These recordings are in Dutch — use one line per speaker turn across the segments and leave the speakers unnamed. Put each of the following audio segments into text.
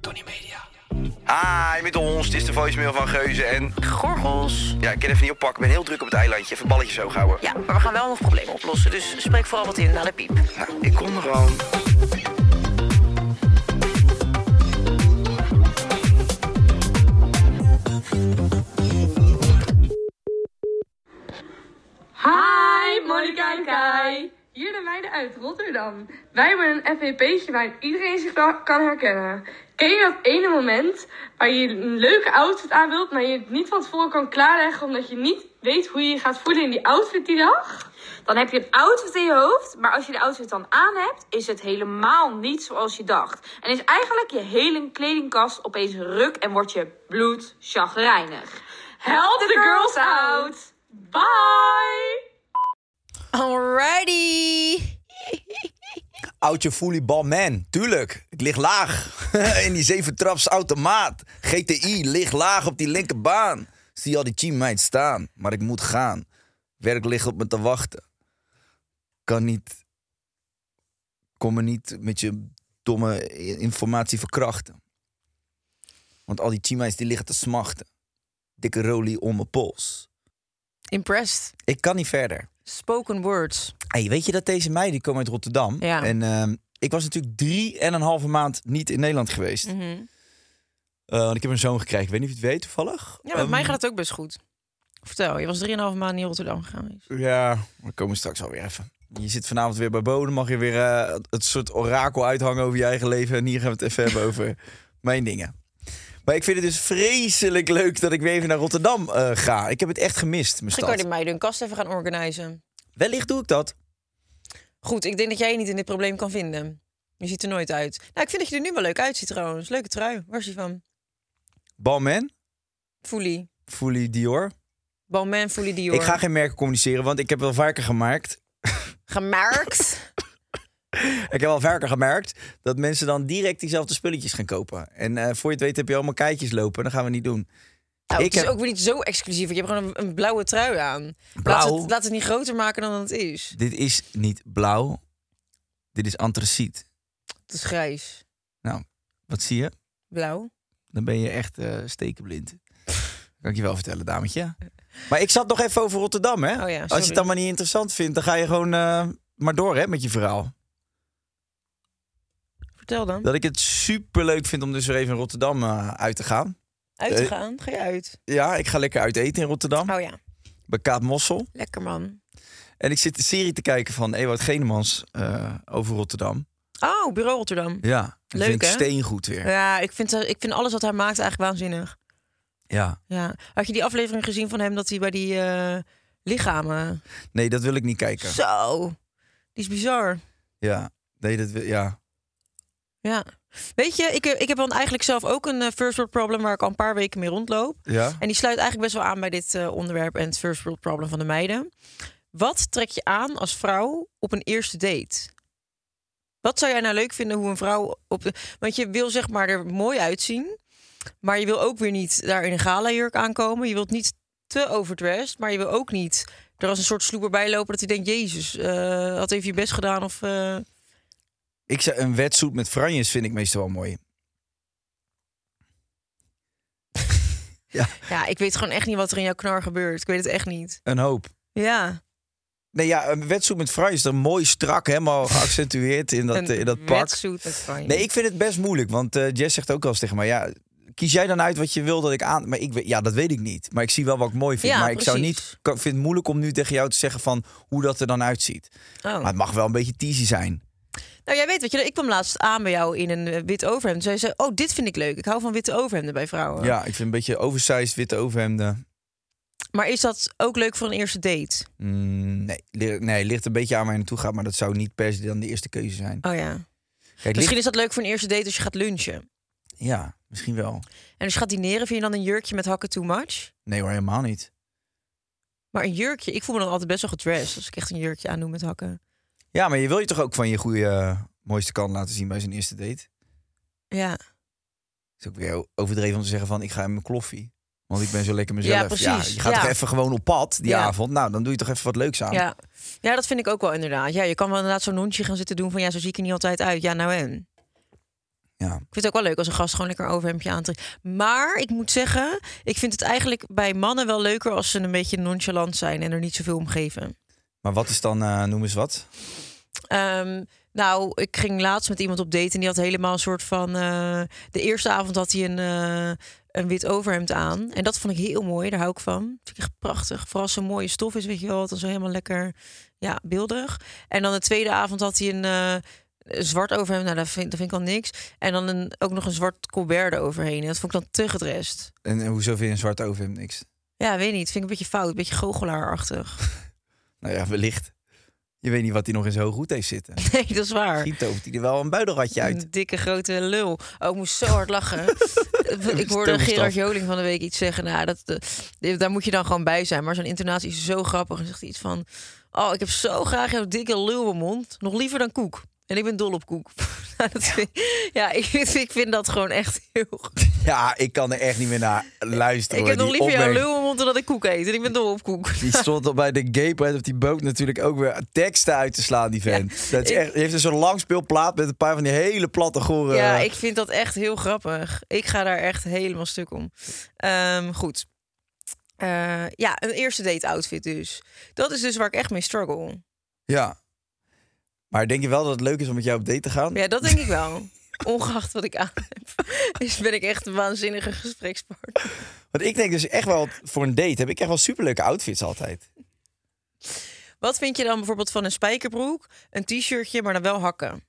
Tony Media.
Ah, je bent ons. Dit is de voicemail van Geuze en...
Gorgels.
Ja, ik kan even niet oppakken. Ik ben heel druk op het eilandje. Even balletjes hoog houden.
Ja, maar we gaan wel nog problemen oplossen, dus spreek vooral wat in naar de piep.
Nou, ik kom er al.
Hi, Monika en Kai. Hier de meiden uit Rotterdam. Wij hebben een FVP'tje waarin iedereen zich wel kan herkennen. Ken je dat ene moment waar je een leuke outfit aan wilt, maar je het niet van tevoren kan klaarleggen omdat je niet weet hoe je je gaat voelen in die outfit die dag?
Dan heb je een outfit in je hoofd, maar als je de outfit dan aan hebt, is het helemaal niet zoals je dacht. En is eigenlijk je hele kledingkast opeens ruk en word je bloed
Help the girls out! Bye!
Alrighty.
Oudje volleyball man, tuurlijk. Ik lig laag. In die zeven traps automaat. GTI, lig laag op die linkerbaan. Zie al die teammates staan, maar ik moet gaan. Werk ligt op me te wachten. Kan niet. Kom me niet met je domme i- informatie verkrachten. Want al die teammates die liggen te smachten. Dikke rolie om mijn pols.
Impressed.
Ik kan niet verder.
Spoken words.
Hey, weet je dat deze meiden die komen uit Rotterdam?
Ja.
En ehm, ik was natuurlijk drie en een halve maand niet in Nederland geweest.
Mhm.
Eh, want ik heb een zoon gekregen. Ik weet niet of je het weet toevallig. Ehm,
Ja, met mij gaat het ook best goed. Vertel, je was 3,5 maanden in Rotterdam gegaan.
Ja, we komen straks alweer even. Je zit vanavond weer bij Bodem. Mag je weer eh, het soort orakel uithangen over je eigen leven. En hier gaan we het even hebben over mijn dingen. Maar ik vind het dus vreselijk leuk dat ik weer even naar Rotterdam eh, ga. Ik heb het echt gemist, mijn
Misschien kan je
stad.
die meiden hun kast even gaan organiseren.
Wellicht doe ik dat.
Goed, ik denk dat jij je niet in dit probleem kan vinden. Je ziet er nooit uit. Nou, ik vind dat je er nu wel leuk uitziet trouwens. Leuke trui. Waar is die van?
Balman,
Fully.
Fully Dior.
Balmain Fully Dior.
Ik ga geen merken communiceren, want ik heb wel vaker gemaakt.
Gemerkt.
Ik heb al vaker gemerkt dat mensen dan direct diezelfde spulletjes gaan kopen. En eh, voor je het weet heb je allemaal keitjes lopen. Dat gaan we niet doen.
Nou,
Ik
het is
heb-
ook weer niet zo exclusief. want Je hebt gewoon een, een blauwe trui aan. Laat
Blauw?
het, laat het niet groter maken dan het is.
Dit is niet blauw. Dit is antraciet.
Het is grijs.
Nou, wat zie je?
Blauw.
Dan ben je echt eh, stekenblind. Kan ik je wel vertellen, dametje. Maar ik zat nog even over Rotterdam, hè?
Oh ja,
Als je
sorry.
het allemaal niet interessant vindt, dan ga je gewoon eh, maar door hè, met je verhaal.
Vertel dan.
Dat ik het superleuk vind om dus weer even in Rotterdam eh, uit te gaan.
Uit te
eh,
gaan. Ga je uit?
Ja, ik ga lekker uit eten in Rotterdam.
Oh ja.
Bij Kaat Mossel.
Lekker man.
En ik zit de serie te kijken van Ewout Genemans eh, over Rotterdam.
Oh, Bureau Rotterdam.
Ja, dat
Leuk,
vind ik
hè?
steengoed weer. Ja.
Ja, ik vind, haar- ik vind alles wat hij maakt eigenlijk waanzinnig. Ja. Had je die aflevering gezien van hem dat hij bij die eh, lichamen...
Nee, dat wil ik niet kijken.
Zo. Die is bizar.
Ja. Nee, dat wil, ja.
Ja. Weet je, ik, heb- ik heb dan eigenlijk zelf ook een eh, first world problem waar ik al een paar weken mee rondloop.
Ja.
En die sluit eigenlijk best wel aan bij dit eh, onderwerp en het first world problem van de meiden. Wat trek je aan als vrouw op een eerste date? Wat zou jij nou leuk vinden hoe een vrouw op de... Want je wil zeg maar er mooi uitzien, maar je wil ook weer niet daar in een galajurk aankomen. Je wilt niet te overdressed, maar je wil ook niet er als een soort sloeber bij lopen dat hij denkt, jezus, eh, had even je best gedaan of... eh,
Ik zou, een wetsuit met franjes vind ik meestal wel mooi.
Ja, ik weet gewoon echt niet wat er in jouw knar gebeurt. Ik weet het echt niet.
Een hoop.
Ja.
Nee, ja, een wetsuit met franjes, dan mooi strak, helemaal geaccentueerd in dat,
een
eh, in dat pak.
wetsuit met franje.
Nee, ik vind het best moeilijk, want eh, Jess zegt ook wel eens tegen mij, ja, kies jij dan uit wat je wil dat ik aan... Maar ik, weet- ja, dat weet ik niet. Maar ik zie wel wat ik mooi vind.
Ja,
maar ik zou
precies.
niet, ik vind het moeilijk om nu tegen jou te zeggen van hoe dat er dan uitziet.
Oh.
Maar het mag wel een beetje teasy zijn.
Nou, jij weet wat je... Ik kwam laatst aan bij jou in een eh, wit overhemd. Zij zei, oh, dit vind ik leuk. Ik hou van witte overhemden bij vrouwen.
Ja, ik vind een beetje oversized witte overhemden.
Maar is dat ook leuk voor een eerste date?
Mm, nee, li- nee, ligt een beetje aan waar je naartoe gaat, maar dat zou niet per se dan de eerste keuze zijn.
Oh ja.
Kijk,
Misschien is dat leuk voor een eerste date als je gaat lunchen.
ligt- Ja, misschien wel.
En als je gaat dineren, vind je dan een jurkje met hakken too much?
Nee hoor, helemaal niet.
Maar een jurkje... Ik voel me dan altijd best wel gedressed als ik echt een jurkje aandoe met hakken.
Ja, maar je wil je toch ook van je goede, eh, mooiste kant laten zien bij zijn eerste date?
Ja.
is ook weer overdreven om te zeggen van ik ga in mijn kloffie. Want ik ben zo lekker mezelf.
Ja, precies.
je gaat
Ja.
toch even gewoon op pad die
Ja.
avond. Nou, dan doe je toch even wat leuks aan.
Ja. ja, dat vind ik ook wel inderdaad. Ja, je kan wel inderdaad zo'n hondje gaan zitten doen van... Ja, zo zie ik er niet altijd uit. Ja, nou en?
Ja.
Ik vind het ook wel leuk als een gast gewoon lekker een overhemdje aantrekt. Maar ik moet zeggen, ik vind het eigenlijk bij mannen wel leuker als ze een beetje nonchalant zijn en er niet zoveel om geven.
Maar wat is dan, eh, noem eens wat?
Ehm, nou, ik ging laatst met iemand op date en die had helemaal een soort van. eh, de eerste avond had hij een, eh, een wit overhemd aan. En dat vond ik heel mooi, daar hou ik van. vind ik echt prachtig. Vooral als zo'n mooie stof is, weet je wel. Dan zo helemaal lekker ja, beeldig. En dan de tweede avond had hij een. eh, een zwart overhemd, nou, dat vind, dat vind ik al niks. En dan een, ook nog een zwart colbert overheen. En dat vond ik dan te gedrest.
En, eh, hoezo vind je een zwart overhemd niks?
Ja, weet niet. Vind ik een beetje fout, een beetje goochelaarachtig.
Nou ja, wellicht. Je weet niet wat hij nog in zijn hooghoed heeft zitten.
Nee, dat is waar.
Misschien tovert hij er wel een buidelratje uit.
Een dikke grote lul. Oh, ik moest zo hard lachen. ik hoorde
Stilgestand.
Gerard Joling van de week iets zeggen. Nou, dat, eh, daar moet je dan gewoon bij zijn. Maar zijn intonatie is zo grappig. En zegt hij iets van... Oh, ik heb zo graag jouw dikke lul in mijn mond. Nog liever dan koek. En ik ben dol op koek. nou, dat vind, ja, ik vind, ik vind dat gewoon echt heel... goed.
Ja, ik kan er echt niet meer naar luisteren.
ik
hoor,
heb nog
die
liever jouw
opmerking.
lul in mijn mond dan dat ik koek eet. En ik ben dol op koek.
Die stond al bij de gay pride op die boot natuurlijk ook weer teksten uit te slaan, die vent. dat is
ik-
echt, die heeft dus zo'n lang speelplaat met een paar van die hele platte gore...
Ja, ik vind dat echt heel grappig. Ik ga daar echt helemaal stuk om. Ehm, goed. Eh, ja, een eerste date outfit dus. Dat is dus waar ik echt mee struggle.
Ja. Maar denk je wel dat het leuk is om met jou op date te gaan?
Ja, dat denk ik wel. Ongeacht wat ik aan heb, dus ben ik echt een waanzinnige gesprekspartner.
Want ik denk dus echt wel, voor een date heb ik echt wel superleuke outfits altijd.
Wat vind je dan bijvoorbeeld van een spijkerbroek, een t-shirtje, maar dan wel hakken?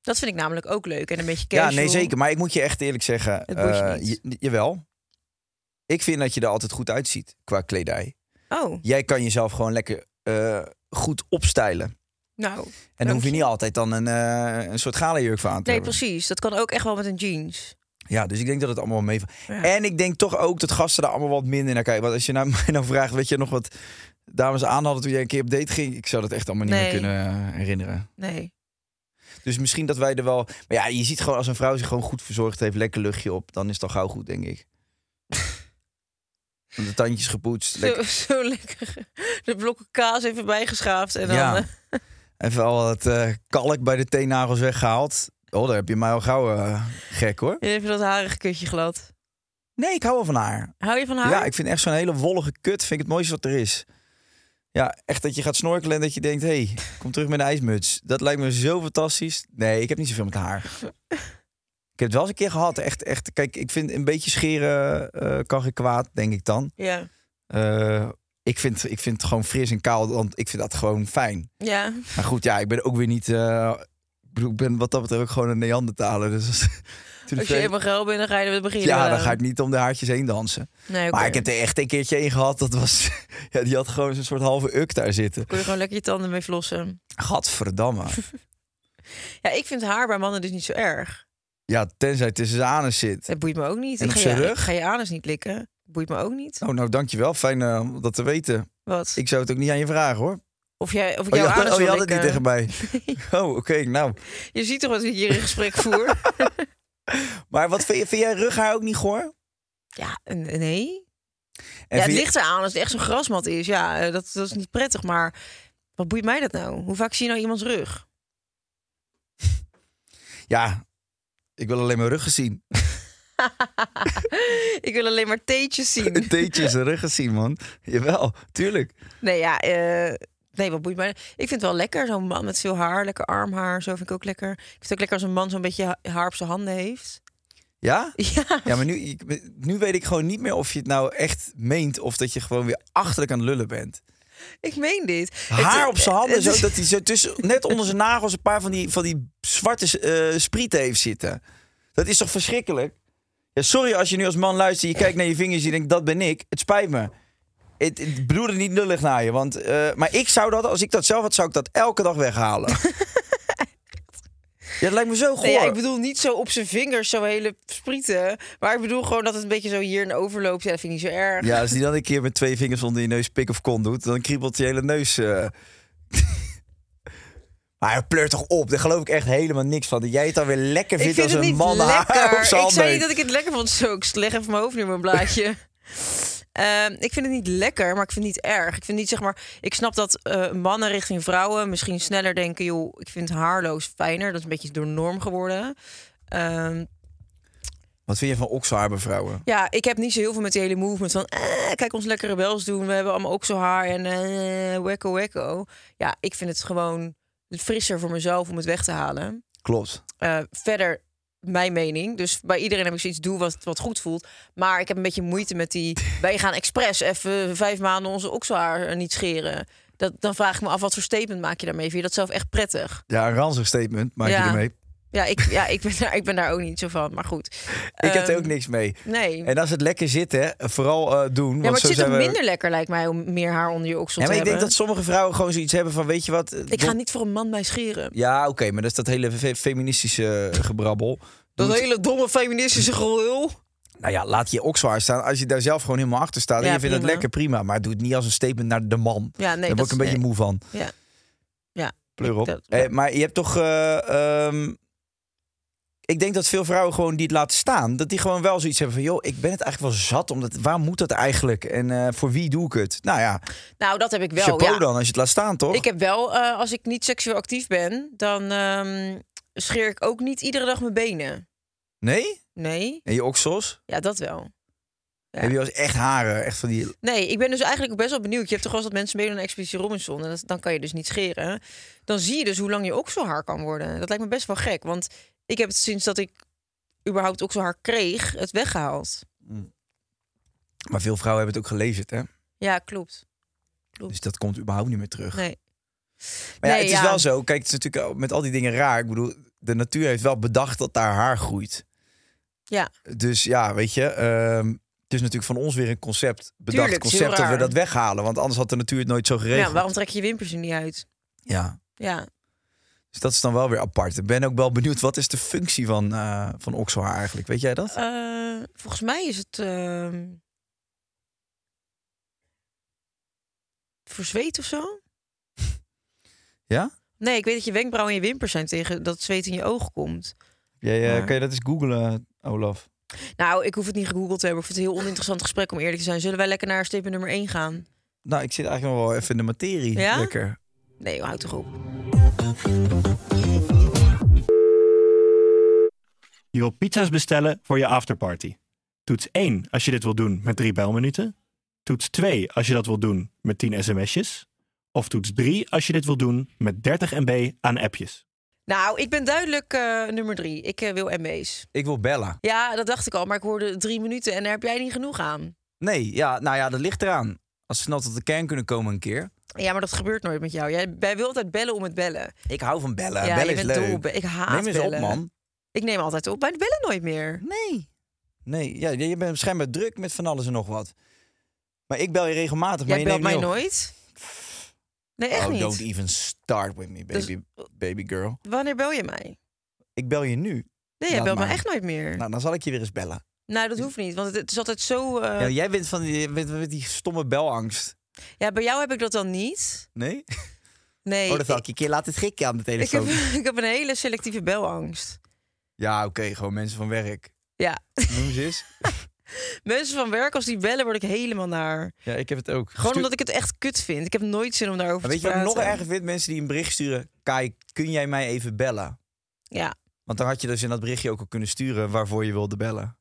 Dat vind ik namelijk ook leuk en een beetje casual.
Ja, nee zeker. Maar ik moet je echt eerlijk zeggen,
Het boeit je
eh,
niet.
je- jawel. Ik vind dat je er altijd goed uitziet qua kledij.
Oh,
Jij kan jezelf gewoon lekker eh, goed opstijlen. En
nou.
dan
dank
hoef je niet altijd dan een, eh, een soort galajurk voor aan te
Nee,
hebben.
precies. Dat kan ook echt wel met een jeans.
Ja, dus ik denk dat het allemaal wel mee.
Ja.
En ik denk toch ook dat gasten daar allemaal wat minder naar kijken. Want als je nou mij nou vraagt, weet je nog wat dames aan hadden toen jij een keer op date ging? Ik zou dat echt allemaal niet meer
Nee.
kunnen eh, herinneren.
Nee.
Dus misschien dat wij er wel. Maar ja, je ziet gewoon als een vrouw zich gewoon goed verzorgd heeft, lekker luchtje op, dan is het al gauw goed, denk ik. De tandjes gepoetst.
Zo,
Lekker.
zo lekker. De blokken kaas even bijgeschaafd en dan...
Ja.
eh,
Even al het eh, kalk bij de teennagels weggehaald. Oh, daar heb je mij al gauw eh, gek hoor.
En even dat harige kutje glad.
Nee, ik hou wel van haar.
Hou je van haar?
Ja, ik vind echt zo'n hele wollige kut. Vind ik het mooiste wat er is. Ja, echt dat je gaat snorkelen en dat je denkt... hey, kom terug met een ijsmuts. Dat lijkt me zo fantastisch. Nee, ik heb niet zoveel met haar. Ik heb het wel eens een keer gehad. Echt, echt. Kijk, ik vind een beetje scheren eh, kan geen kwaad, denk ik dan.
Ja.
Eh, ik, vind, ik vind het gewoon fris en kaal, want ik vind dat gewoon fijn.
Ja.
Maar goed, ja, ik ben ook weer niet... eh, ik bedoel, ik ben wat dat betreft ook gewoon een Neandertaler. Dus als, toen ik
Als je
weet-
eenmaal geil bent, dan ga je er beginnen.
ja, dan ga ik niet om de haartjes heen dansen.
Nee, oké.
Maar ik heb er echt een keertje één gehad. Dat was. Ja, die had gewoon zo'n soort halve uk daar zitten.
Kun je gewoon lekker je tanden mee flossen.
Gadverdamme.
Ja, ik vind haar bij mannen dus niet zo erg.
Ja, tenzij het tussen zijn anus zit.
Dat boeit me ook niet.
En
ik
op
ga
zijn
je,
rug?
ik ga je anus niet likken. Boeit me ook niet.
Oh, nou dankjewel. Fijn eh, om dat te weten.
Wat?
Ik zou het ook niet aan je vragen hoor.
Of, jij, of ik eh,
Oh, je
jouw
had,
anus
oh, je
wil
had het niet tegen
likken.
mij. Oh, oké. nou.
Je ziet toch wat ik hier in gesprek voer?
Maar wat vind, je, vind jij rughaar ook niet goor?
ja, en- nee.
En
ja, het
vind je-
ligt eraan als het echt zo'n grasmat is. Ja, eh, dat, dat is niet prettig. Maar wat boeit mij dat nou? Hoe vaak zie je nou iemands rug?
Ja, ik wil alleen mijn rug gezien.
Ik wil alleen maar teetjes zien.
Een teetje is een rug gezien, man. Jawel, tuurlijk.
Nee, ja. eh, nee, wat boeit mij. Ik vind het wel lekker, zo'n man met veel haar. Lekker armhaar, zo vind ik ook lekker. Ik vind het ook lekker als een man zo'n beetje ha- haar op zijn handen heeft.
Ja?
Ja,
Ja, maar nu, ik- nu weet ik gewoon niet meer of je het nou echt meent of dat je gewoon weer achterlijk aan het lullen bent.
ik meen dit.
haar
Het- eh,
op zijn handen,
het
zo,
is-
dat hij zo tussen, net onder zijn nagels een paar van die, van die zwarte eh, sprieten heeft zitten. Dat is toch verschrikkelijk? Ja, sorry als je nu als man luistert, je kijkt naar je vingers en je denkt, dat ben ik. Het spijt me. Het, het bedoel het niet lullig naar je. Want, eh, maar ik zou dat, als ik dat zelf had, zou ik dat elke dag weghalen. ja, dat lijkt me zo goor.
Nee, ja, ik bedoel niet zo op zijn vingers, zo hele sprieten. Maar ik bedoel gewoon dat het een beetje zo hier en overloopt. Ja, dat vind ik niet zo erg.
Ja, als die dan een keer met twee vingers onder je neus pik of kon doet, dan kriebelt je hele neus. eh. maar hij pleurt toch op? Daar geloof ik echt helemaal niks van. Dat jij het dan weer lekker
ik
vindt
vind
als
het
een
niet
man haar op
lekker.
zijn
Ik
handen.
zei niet dat ik het lekker vond. Zo, ik leg even mijn hoofd nu in mijn blaadje. Ehm, ik vind het niet lekker, maar ik vind het niet erg. Ik vind niet, zeg maar, ik snap dat eh, mannen richting vrouwen misschien sneller denken, joh, ik vind haarloos fijner. Dat is een beetje door norm geworden. Ehm, Ehm,
Wat vind je van okselhaarbevrouwen?
ja, ik heb niet zo heel veel met die hele movement van... eh, kijk ons lekkere rebels doen, we hebben allemaal ook zo haar en eh wekko wekko. Ja, ik vind het gewoon frisser voor mezelf om het weg te halen.
Klopt.
Eh, verder mijn mening. Dus bij iedereen heb ik zoiets, doe wat, wat goed voelt. Maar ik heb een beetje moeite met die... Wij gaan expres even vijf maanden onze okselhaar eh, niet scheren. Dat, dan vraag ik me af, wat voor statement maak je daarmee? Vind je dat zelf echt prettig?
Ja, een ranzig statement maak
Ja.
je ermee.
Ja, ik, ja ik, ben daar, ik ben daar ook niet zo van, maar goed.
Ik heb er
Ehm,
ook niks mee.
Nee.
En als het lekker zit, hè, vooral eh, doen.
ja,
want
maar
zo
het zit
zijn
ook
we...
minder lekker, lijkt mij, om meer haar onder je oksel
Ja, maar
te
ik denk
hebben.
dat sommige vrouwen gewoon zoiets hebben van, weet je wat? eh,
Ik ga
don-
niet voor een man mij scheren.
Ja, oké, maar dat is dat hele fe- feministische eh, gebrabbel. Doe
Dat
het-
hele domme feministische gelul.
Nou ja, laat je okselhaar staan. Als je daar zelf gewoon helemaal achter staat en
Ja,
je vindt het
prima.
lekker, prima. Maar doe het niet als een statement naar de man.
Ja, nee,
Daar
dat
word ik een
is-
beetje
nee.
moe van.
Ja. Ja,
Pleur
ik-
op.
dat-
Eh, maar je hebt toch... eh, ehm, ik denk dat veel vrouwen gewoon die het laten staan... dat die gewoon wel zoiets hebben van... joh, ik ben het eigenlijk wel zat. Omdat, waar moet dat eigenlijk? En eh, voor wie doe ik het? Nou ja,
Nou, dat heb ik wel,
chapeau
ja.
dan als je het laat staan, toch?
Ik heb wel, eh, als ik niet seksueel actief ben, dan ehm, scheer ik ook niet iedere dag mijn benen.
Nee?
Nee,
En je oksels?
ja, dat wel. Ja.
Heb je wel eens echt haren? Echt van die...
Nee, ik ben dus eigenlijk ook best wel benieuwd. Je hebt toch wel eens dat mensen meedoen aan Expeditie Robinson en dat, dan kan je dus niet scheren. Dan zie je dus hoe lang je okselhaar kan worden. Dat lijkt me best wel gek, want ik heb het sinds dat ik überhaupt okselhaar kreeg, het weggehaald.
Maar veel vrouwen hebben het ook gelezen, hè?
Ja, klopt.
Dus dat komt überhaupt niet meer terug.
Nee.
Maar ja,
Nee,
het is
ja.
wel zo. Kijk, het is natuurlijk ook met al die dingen raar. Ik bedoel, de natuur heeft wel bedacht dat daar haar groeit.
Ja.
Dus ja, weet je, ehm, het is natuurlijk van ons weer een concept bedacht
Tuurlijk, het is heel
concept dat we
raar.
dat weghalen, want anders had de natuur het nooit zo geregeld.
Ja, waarom trek je je wimpers er niet uit?
Ja.
Ja,
Dus dat is dan wel weer apart. Ik ben ook wel benieuwd wat is de functie van eh van okselhaar eigenlijk? Weet jij dat?
Eh, volgens mij is het ehm, voor zweet of zo.
Ja?
Nee, ik weet dat je wenkbrauwen en je wimpers zijn tegen dat het zweet in je oog komt.
Jij, eh,
maar-
Kan je dat eens googlen, Olaf?
Nou, ik hoef het niet gegoogeld te hebben. Ik vind het een heel oninteressant gesprek om eerlijk te zijn. Zullen wij lekker naar statement nummer 1 gaan?
Nou, ik zit eigenlijk nog wel even in de materie.
Ja?
Lekker.
Nee, joh, houd toch op.
Je wilt pizza's bestellen voor je afterparty. Toets 1 als je dit wil doen met 3 belminuten. Toets 2 als je dat wil doen met 10 sms'jes. Of toets 3 als je dit wil doen met 30 MB aan appjes.
Nou, ik ben duidelijk eh, nummer 3. Ik eh, wil MB's.
Ik wil Bella.
Ja, dat dacht ik al, maar ik hoorde drie minuten en daar heb jij niet genoeg aan.
Nee, ja, nou ja, dat ligt eraan. Als ze snel tot de kern kunnen komen een keer.
Ja, maar dat gebeurt nooit met jou. Jij, jij wil altijd bellen om het bellen.
Ik hou van bellen.
ja,
bellen
je
is
bent
leuk.
dol op be- Ik haat
Neem eens
bellen.
op, man.
Ik neem altijd op, maar die bellen nooit meer.
Nee. Nee, ja, je bent schijnbaar druk met van alles en nog wat. Maar ik bel je regelmatig, maar
Jij
je
belt
neemt
mij
niet op.
nooit? Nee, echt
oh, don't
niet.
even start with me,
Dus-
baby, baby girl.
Wanneer bel je mij?
Ik bel je nu.
Nee, jij
Laat
belt me
maar.
echt nooit meer. Nou,
Nou, dan zal ik je weer eens bellen.
dat hoeft niet, want het, het is altijd zo... eh,
Ja, jij bent van die, met, met die stomme belangst.
Ja, bij jou heb ik dat dan niet.
Nee?
Nee,
Oh, dat dus zal
ik,
ik je een keer laten schrikken aan de
ik, heb,
telefoon.
ik heb een hele selectieve belangst.
Ja, oké, gewoon mensen van werk.
Ja,
Noem ze eens.
mensen van werk, als die bellen, word ik helemaal naar.
Ja, ik heb het ook.
Gewoon omdat ik het echt kut vind. Ik heb nooit zin om daarover
Weet
te
je wat ik
praten.
nog erger vind? Mensen die een bericht sturen. Kai, kun jij mij even bellen?
Ja,
Want dan had je dus in dat berichtje ook al kunnen sturen waarvoor je wilde bellen.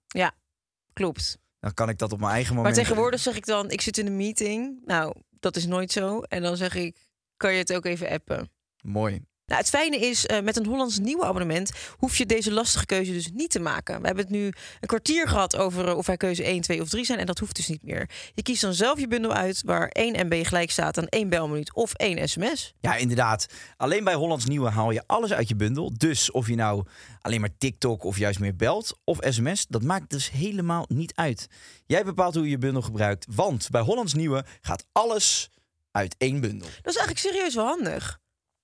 klopt.
Dan kan ik dat op mijn eigen
Maar
moment.
tegenwoordig zeg ik dan, ik zit in een meeting. Nou, dat is nooit zo. En dan zeg ik, kan je het ook even appen?
Mooi.
Nou, het fijne is, eh, met een Hollands nieuwe abonnement hoef je deze lastige keuze dus niet te maken. We hebben het nu een kwartier gehad over eh, of wij keuze 1, 2 of 3 zijn en dat hoeft dus niet meer. Je kiest dan zelf je bundel uit waar 1 MB gelijk staat aan 1 belminuut of 1 sms.
Ja, inderdaad. Alleen bij Hollands Nieuwe haal je alles uit je bundel. Dus of je nou alleen maar TikTok of juist meer belt of sms, dat maakt dus helemaal niet uit. Jij bepaalt hoe je je bundel gebruikt, want bij Hollands Nieuwe gaat alles uit één bundel.
Dat is eigenlijk serieus wel handig.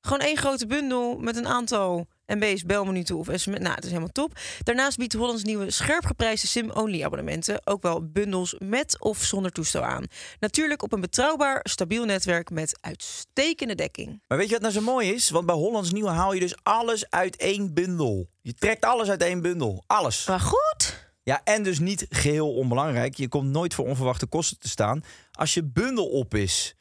Gewoon één grote bundel met een aantal MB's, belminuten of sms. Nou, het is helemaal top. Daarnaast biedt Hollands Nieuwe scherp geprijsde sim-only abonnementen... ook wel bundels met of zonder toestel aan. Natuurlijk op een betrouwbaar, stabiel netwerk met uitstekende dekking.
Maar weet je wat nou zo mooi is? Want bij Hollands Nieuwe haal je dus alles uit één bundel. Je trekt alles uit één bundel. Alles.
Maar goed...
Ja, en dus niet geheel onbelangrijk. Je komt nooit voor onverwachte kosten te staan als je bundel op is.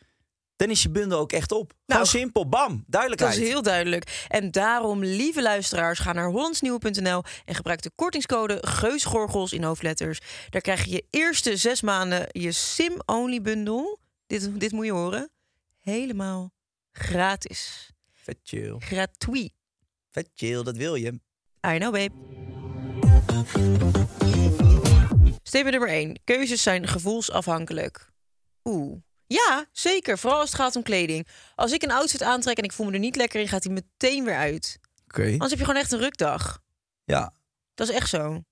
Dan is je bundel ook echt op.
Nou,
Gewoon simpel, bam,
Dat
duidelijkheid.
is heel duidelijk. En daarom, lieve luisteraars, ga naar hollandsnieuwe.nl en gebruik de kortingscode Geusgorgels in hoofdletters. Daar krijg je je eerste zes maanden je sim-only bundel. Dit, dit moet je horen. Helemaal gratis.
Vet chill,
Gratuit.
vet chill, dat wil je.
I know, babe. Statement nummer 1. Keuzes zijn gevoelsafhankelijk. Oeh. Ja, zeker. Vooral als het gaat om kleding. Als ik een outfit aantrek en ik voel me er niet lekker in, gaat die meteen weer uit.
Oké.
Anders heb je gewoon echt een rukdag.
Ja.
Dat is echt zo.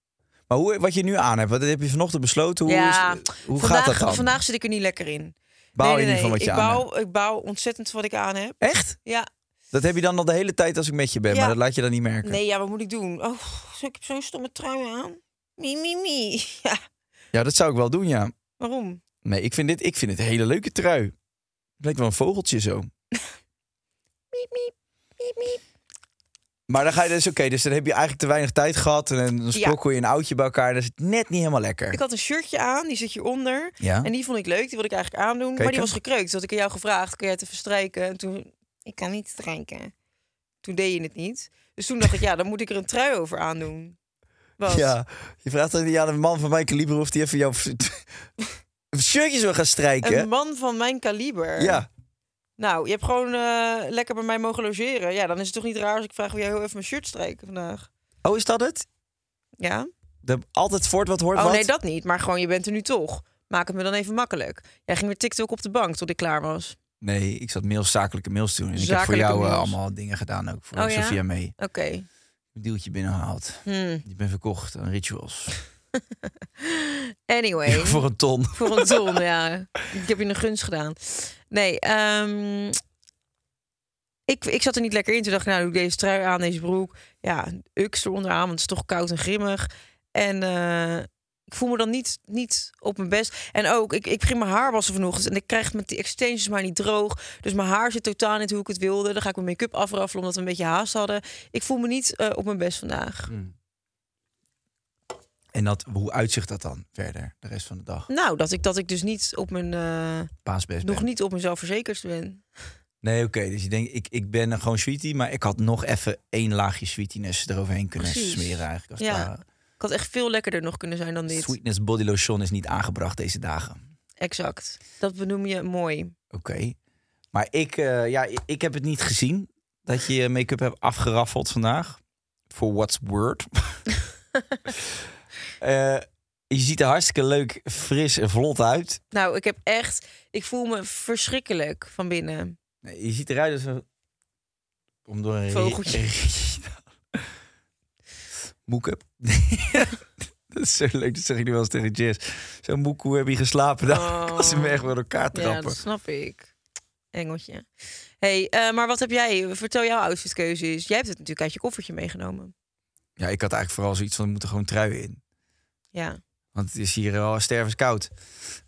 Maar hoe, wat je nu aan hebt, wat heb je vanochtend besloten? Hoe,
Ja,
is- hoe
vandaag,
gaat dat dan?
Vandaag zit ik er niet lekker in.
Bouw
nee,
je
nee,
niet van
nee.
wat je
ik
aan hebt?
bouw, Ik bouw ontzettend wat ik aan heb.
Echt?
Ja,
Dat heb je dan al de hele tijd als ik met je ben,
Ja.
maar dat laat je dan niet merken.
nee, ja, wat moet ik doen? Oh, zo- ik heb zo'n stomme trui aan. Mie, mie, mie. Ja,
Ja, dat zou ik wel doen, ja.
waarom?
Nee, ik vind dit, ik vind dit een hele leuke trui. Het lijkt wel een vogeltje zo.
Miep, miep, miep, miep.
Maar dan ga je dus, oké, dus dan heb je eigenlijk te weinig tijd gehad. En dan sprokkel je een oudje bij elkaar. En dat is het net niet helemaal lekker.
Ik had een shirtje aan, die zit hieronder.
Ja.
En die vond ik leuk, die wilde ik eigenlijk aandoen. Maar
Kijken.
die was gekreukt. Dus had ik aan jou gevraagd, kun jij het even strijken? En toen, ik kan niet strijken. Toen deed je het niet. Dus toen dacht ik, ja, dan moet ik er een trui over aandoen. Wat?
Ja, je vraagt dan niet aan een man van mijn kaliber of die even jouw shirtjes wil gaan strijken.
Een man van mijn kaliber.
Ja,
Nou, je hebt gewoon eh, lekker bij mij mogen logeren. Ja, dan is het toch niet raar als ik vraag of jij heel even mijn shirt strijken vandaag.
oh is dat het?
Ja?
De, altijd voort wat hoort
Oh
wat?
nee, dat niet. Maar gewoon, je bent er nu toch. Maak het me dan even makkelijk. Jij ging weer TikTok op de bank tot ik klaar was.
Nee, ik zat mails, zakelijke mails te doen. En ik heb voor
Zakelijke
jou eh,
mails.
allemaal dingen gedaan ook. Voor
Oh ja?
Sophia mee.
Oké.
Een deeltje binnengehaald.
Hmm.
Die ben verkocht aan Rituals.
Anyway.
voor een ton.
Voor een ton, ja. Ik heb je een gunst gedaan. Nee, ehm, ik, ik zat er niet lekker in. Toen dacht ik, nou, doe ik deze trui aan, deze broek. Ja, een uks eronder aan, want het is toch koud en grimmig. En eh, ik voel me dan niet, niet op mijn best. En ook, ik, ik begin mijn haar wassen vanochtend. En ik krijg het met die extensions maar niet droog. Dus mijn haar zit totaal niet hoe ik het wilde. Dan ga ik mijn make-up afraffelen, omdat we een beetje haast hadden. Ik voel me niet eh, op mijn best vandaag.
En dat, hoe uitzicht dat dan verder de rest van de dag?
Nou, dat ik, dat ik dus niet op mijn, eh,
Paasbest
nog
ben.
niet op mezelf verzekerd ben.
Nee, oké. dus je denkt, ik, ik ben gewoon sweetie, maar ik had nog even één laagje sweetiness eroverheen kunnen
Precies.
smeren eigenlijk. Als het
Ja,
ware.
Ik had echt veel lekkerder nog kunnen zijn dan dit.
Sweetness body lotion is niet aangebracht deze dagen.
Exact. Dat benoem je mooi.
Oké. Maar ik, eh, ja, ik- ik heb het niet gezien dat je je make-up hebt afgeraffeld vandaag. Voor what's word. Eh, je ziet er hartstikke leuk, fris en vlot uit.
Nou, ik heb echt... Ik voel me verschrikkelijk van binnen.
Nee, je ziet eruit als een... Om door een... re-
Vogeltje.
Moekup. dat is zo leuk, dat zeg ik nu wel eens tegen Jess. Zo'n moek, hoe heb je geslapen? Dan
Oh.
kan ze me echt door elkaar
Ja,
trappen.
dat snap ik. Engeltje. hey, eh, maar wat heb jij? Vertel jouw outfitkeuzes. Jij hebt het natuurlijk uit je koffertje meegenomen.
Ja, ik had eigenlijk vooral zoiets van, er moeten gewoon truien in.
Ja.
Want het is hier al stervenskoud.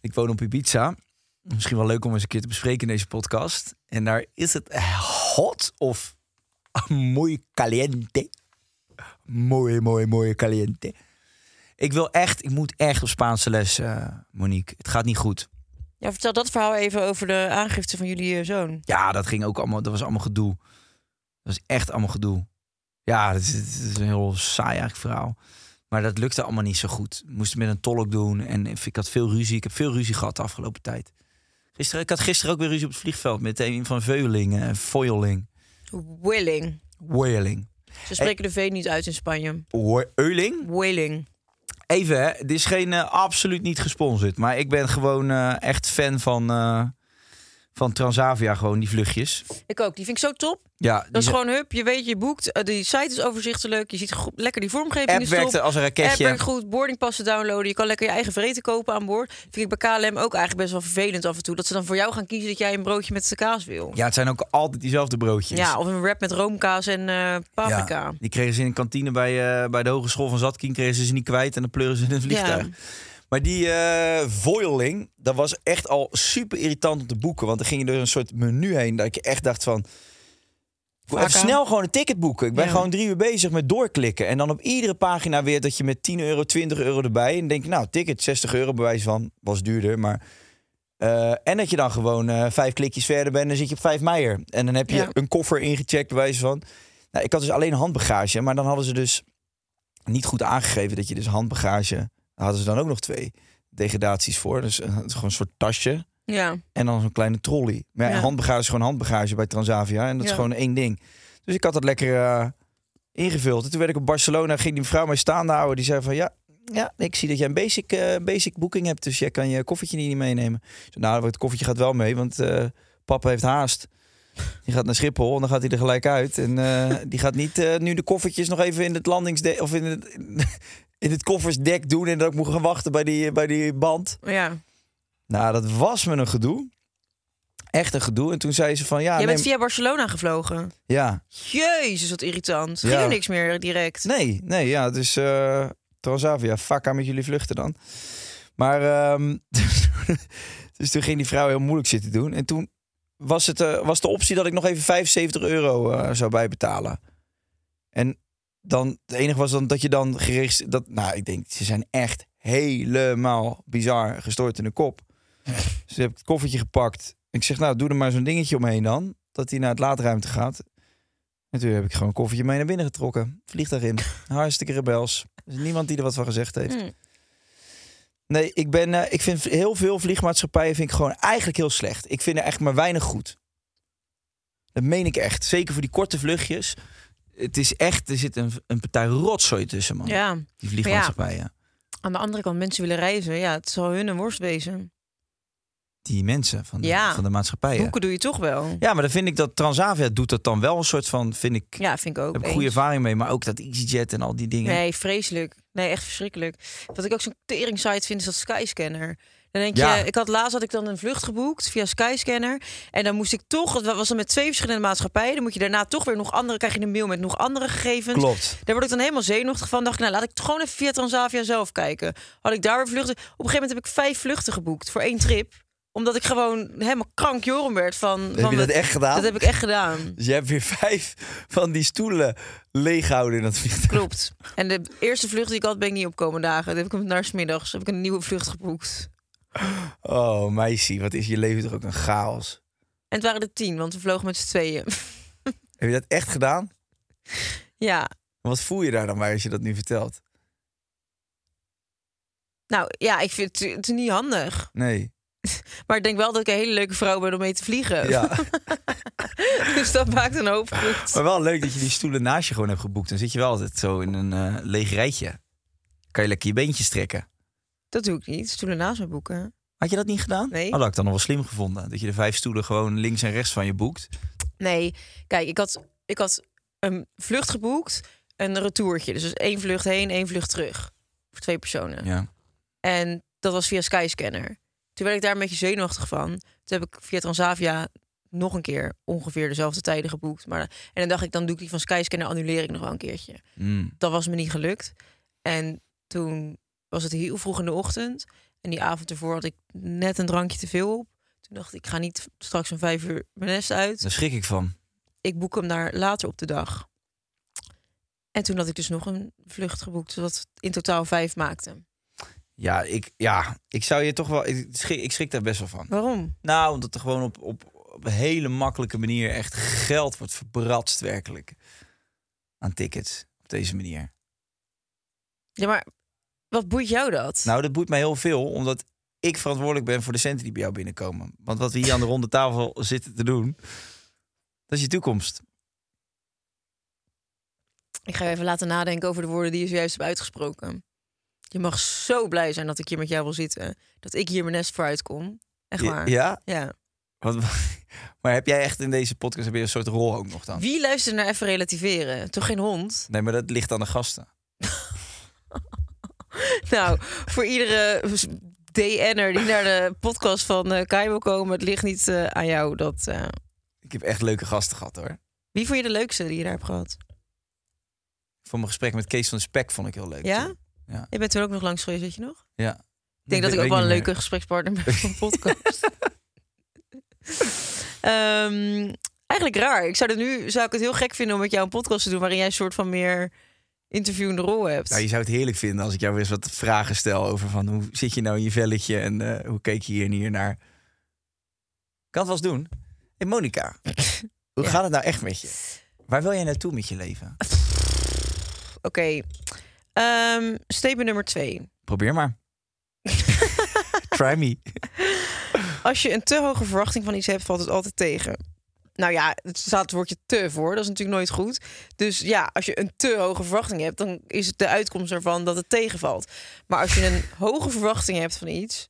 Ik woon op Ibiza. Misschien wel leuk om eens een keer te bespreken in deze podcast. En daar is het hot of muy caliente. Mooi, mooi, mooi caliente. Ik wil echt, ik moet echt op Spaanse les, eh, Monique. Het gaat niet goed.
Ja, vertel dat verhaal even over de aangifte van jullie eh, zoon.
Ja, dat ging ook allemaal, dat was allemaal gedoe. Dat was echt allemaal gedoe. Ja, dat is, dat is een heel saai eigenlijk verhaal. Maar dat lukte allemaal niet zo goed. Ik moest het met een tolk doen en ik had veel ruzie. Ik heb veel ruzie gehad de afgelopen tijd. Gisteren, ik had gisteren ook weer ruzie op het vliegveld met een van Veuling. en Foiling.
Willing.
Wailing.
Ze spreken de V niet uit in Spanje.
Euling?
Willing.
Even, hè. Dit is geen, eh, absoluut niet gesponsord. Maar ik ben gewoon eh, echt fan van, eh, van Transavia, gewoon die vluchtjes.
Ik ook. Die vind ik zo top.
Ja, die
Dat is
zijn-
gewoon hup. Je weet, je boekt. eh, die site is overzichtelijk. Je ziet goed- lekker die vormgeving.
app
is top.
werkte als een
App
raketje.
werkt goed, boardingpassen downloaden. Je kan lekker je eigen vreten kopen aan boord. Vind ik bij KLM ook eigenlijk best wel vervelend af en toe. Dat ze dan voor jou gaan kiezen dat jij een broodje met de kaas wil.
Ja, het zijn ook altijd diezelfde broodjes.
Ja, of een wrap met roomkaas en eh, paprika.
Ja, die kregen ze in de kantine bij, eh, bij de Hogeschool van Zatkin. Kregen ze ze niet kwijt en dan pleuren ze in een vliegtuig.
Ja.
Maar die eh voiling, dat was echt al super irritant om te boeken. Want dan ging je door een soort menu heen dat ik echt dacht van... ik wil
Vaak
Even
aan.
snel gewoon een ticket boeken. Ik ben
Ja.
gewoon drie uur bezig met doorklikken. En dan op iedere pagina weer dat je met 10 euro, 20 euro erbij... en dan denk je, nou, ticket, 60 euro bij wijze van. Was duurder, maar... eh, Eh, en dat je dan gewoon eh, vijf klikjes verder bent, dan zit je op 5 meijer. En dan heb je
Ja.
een koffer ingecheckt, bij wijze van. Nou, ik had dus alleen handbagage, maar dan hadden ze dus niet goed aangegeven dat je dus handbagage. daar hadden ze dan ook nog twee degradaties voor. Dus eh, het is gewoon een soort tasje
Ja,
en dan zo'n kleine trolley. Maar ja,
Ja.
handbagage is gewoon handbagage bij Transavia. En dat is
Ja.
gewoon één ding. Dus ik had dat lekker eh, ingevuld. En toen werd ik op Barcelona, ging die mevrouw mij staande houden. Die zei van, ja, ja ik zie dat jij een basic, eh, basic boeking hebt. Dus jij kan je koffertje niet meenemen. Ik zei, nou, het koffertje gaat wel mee, want eh, papa heeft haast. Die gaat naar Schiphol en dan gaat hij er gelijk uit. En eh, die gaat niet eh, nu de koffertjes nog even in het landingsdek... of in het, in het koffersdek doen en dan ook moet gaan wachten bij die, bij die band.
ja.
Nou, dat was me een gedoe. Echt een gedoe. En toen zei ze van ja,
Jij
nee,
bent via Barcelona gevlogen.
ja,
Jezus, wat irritant. Ging
Ja.
er niks meer direct.
nee, nee, ja, dus eh, Transavia, fuck aan met jullie vluchten dan. Maar ehm, dus toen ging die vrouw heel moeilijk zitten doen. En toen was, het, eh, was de optie dat ik nog even 75 euro eh, zou bijbetalen. En dan, het enige was dan dat je dan gericht, dat, nou, ik denk, ze zijn echt helemaal bizar gestoord in de kop. Dus heb ik het koffertje gepakt. Ik zeg, nou, doe er maar zo'n dingetje omheen dan. Dat hij naar het laadruimte gaat. En toen heb ik gewoon een koffertje mee naar binnen getrokken. Vliegtuig in. Hartstikke rebels. Er is niemand die er wat van gezegd heeft.
Hmm.
Nee, ik, ben, eh, ik vind heel veel vliegmaatschappijen vind ik gewoon eigenlijk heel slecht. Ik vind er echt maar weinig goed. Dat meen ik echt. Zeker voor die korte vluchtjes. Het is echt, er zit een, een partij rotzooi tussen, man.
Ja,
Die vliegmaatschappijen.
aan de andere kant, mensen willen reizen. Ja, het zal hun een worst wezen.
Die mensen van de,
Ja.
van de maatschappijen.
Boeken doe je toch wel.
Ja, maar dan vind ik dat Transavia doet dat dan wel een soort van, vind ik,
Ja, vind ik ook.
heb ik
eens.
goede ervaring mee. Maar ook dat EasyJet en al die dingen.
Nee, vreselijk. Nee, echt verschrikkelijk. Wat ik ook zo'n tering site vind, is dat Skyscanner. Dan denk
Ja.
je, ik had laatst had ik dan een vlucht geboekt via Skyscanner. En dan moest ik toch, dat was dan met twee verschillende maatschappijen. Dan moet je daarna toch weer nog andere, krijg je een mail met nog andere gegevens.
Klopt.
Daar word ik dan helemaal zenuwachtig van. Dacht ik, nou laat ik het gewoon even via Transavia zelf kijken. Had ik daar weer vluchten. Op een gegeven moment heb ik vijf vluchten geboekt voor één trip. Omdat ik gewoon helemaal krank joren werd van...
Heb
van
je dat
mijn-
echt gedaan?
Dat heb ik echt gedaan.
Dus je hebt weer vijf van die stoelen leeghouden in dat vliegtuig.
Klopt. En de eerste vlucht die ik had, ben ik niet op komende dagen. Dat heb ik hem naar 's middags. Heb ik een nieuwe vlucht geboekt.
Oh, meisje, wat is je leven toch ook een chaos.
En het waren er tien, want we vlogen met z'n tweeën.
Heb je dat echt gedaan?
ja.
Wat voel je daar dan bij als je dat nu vertelt?
Nou ja, ik vind het, het is niet handig.
Nee.
Maar ik denk wel dat ik een hele leuke vrouw ben om mee te vliegen.
Ja.
dus dat maakt een hoop goed.
Maar wel leuk dat je die stoelen naast je gewoon hebt geboekt. Dan zit je wel altijd zo in een eh, leeg rijtje. Kan je lekker je beentjes trekken.
Dat doe ik niet. Stoelen naast me boeken.
Had je dat niet gedaan?
Nee.
Oh, dat had ik dan nog wel slim gevonden. Dat je de vijf stoelen gewoon links en rechts van je boekt.
Nee, kijk, ik had, ik had een vlucht geboekt, een retourtje. Dus, dus één vlucht heen, één vlucht terug. Voor twee personen.
Ja.
En dat was via Skyscanner. Toen werd ik daar een beetje zenuwachtig van. Toen heb ik via Transavia nog een keer ongeveer dezelfde tijden geboekt. Maar, en dan dacht ik, dan doe ik die van Skyscanner annuleer ik nog wel een keertje.
Mm.
Dat was me niet gelukt. En toen was het heel vroeg in de ochtend. En die avond ervoor had ik net een drankje te veel op. Toen dacht ik, ik ga niet straks om vijf uur mijn nest uit.
Daar schrik ik van.
Ik boek hem daar later op de dag. En toen had ik dus nog een vlucht geboekt, zodat in totaal vijf maakte.
Ja, ik, ja, ik zou je toch wel. Ik schrik, ik schrik daar best wel van.
Waarom?
Nou, omdat er gewoon op, op, op een hele makkelijke manier echt geld wordt verbratst, werkelijk. Aan tickets. Op deze manier.
Ja, maar wat boeit jou dat?
Nou, dat boeit mij heel veel, omdat ik verantwoordelijk ben voor de centen die bij jou binnenkomen. Want wat we hier aan de ronde tafel zitten te doen, dat is je toekomst.
Ik ga je even laten nadenken over de woorden die je zojuist hebt uitgesproken. Je mag zo blij zijn dat ik hier met jou wil zitten. Dat ik hier mijn nest vooruit kom. Echt
Ja-
waar.
Ja?
Ja.
Wat, maar heb jij echt in deze podcast heb je een soort rol ook nog dan?
Wie luistert naar even relativeren? Toch geen hond?
Nee, maar dat ligt aan de gasten.
Nou, voor iedere DN'er die naar de podcast van eh Kai wil komen... het ligt niet eh, aan jou. Dat, eh,
Ik heb echt leuke gasten gehad hoor.
Wie vond je de leukste die je daar hebt gehad?
Voor mijn gesprek met Kees van de Spek vond ik heel leuk.
Ja?
toen. Ja.
Je bent toen ook nog langs geweest, weet je nog?
ja.
Ik denk dat
weet-
ik ook
weet
wel een
niet meer.
leuke gesprekspartner ben voor een podcast. Ehm, eigenlijk raar. Ik zou, er nu, zou ik het heel gek vinden om met jou een podcast te doen... waarin jij een soort van meer interviewende rol hebt.
Nou, je zou het heerlijk vinden als ik jou weer eens wat vragen stel over van hoe zit je nou in je velletje en eh, hoe keek je hier en hier naar. kan het wel eens doen. hey, Monika, hoe gaat het nou echt met je? Waar wil jij naartoe met je leven?
Oké. Ehm, statement nummer twee.
Probeer maar. Try me.
Als je een te hoge verwachting van iets hebt, valt het altijd tegen. Nou ja, het staat het woordje te voor. Dat is natuurlijk nooit goed. Dus ja, als je een te hoge verwachting hebt, dan is het de uitkomst ervan dat het tegenvalt. Maar als je een hoge verwachting hebt van iets,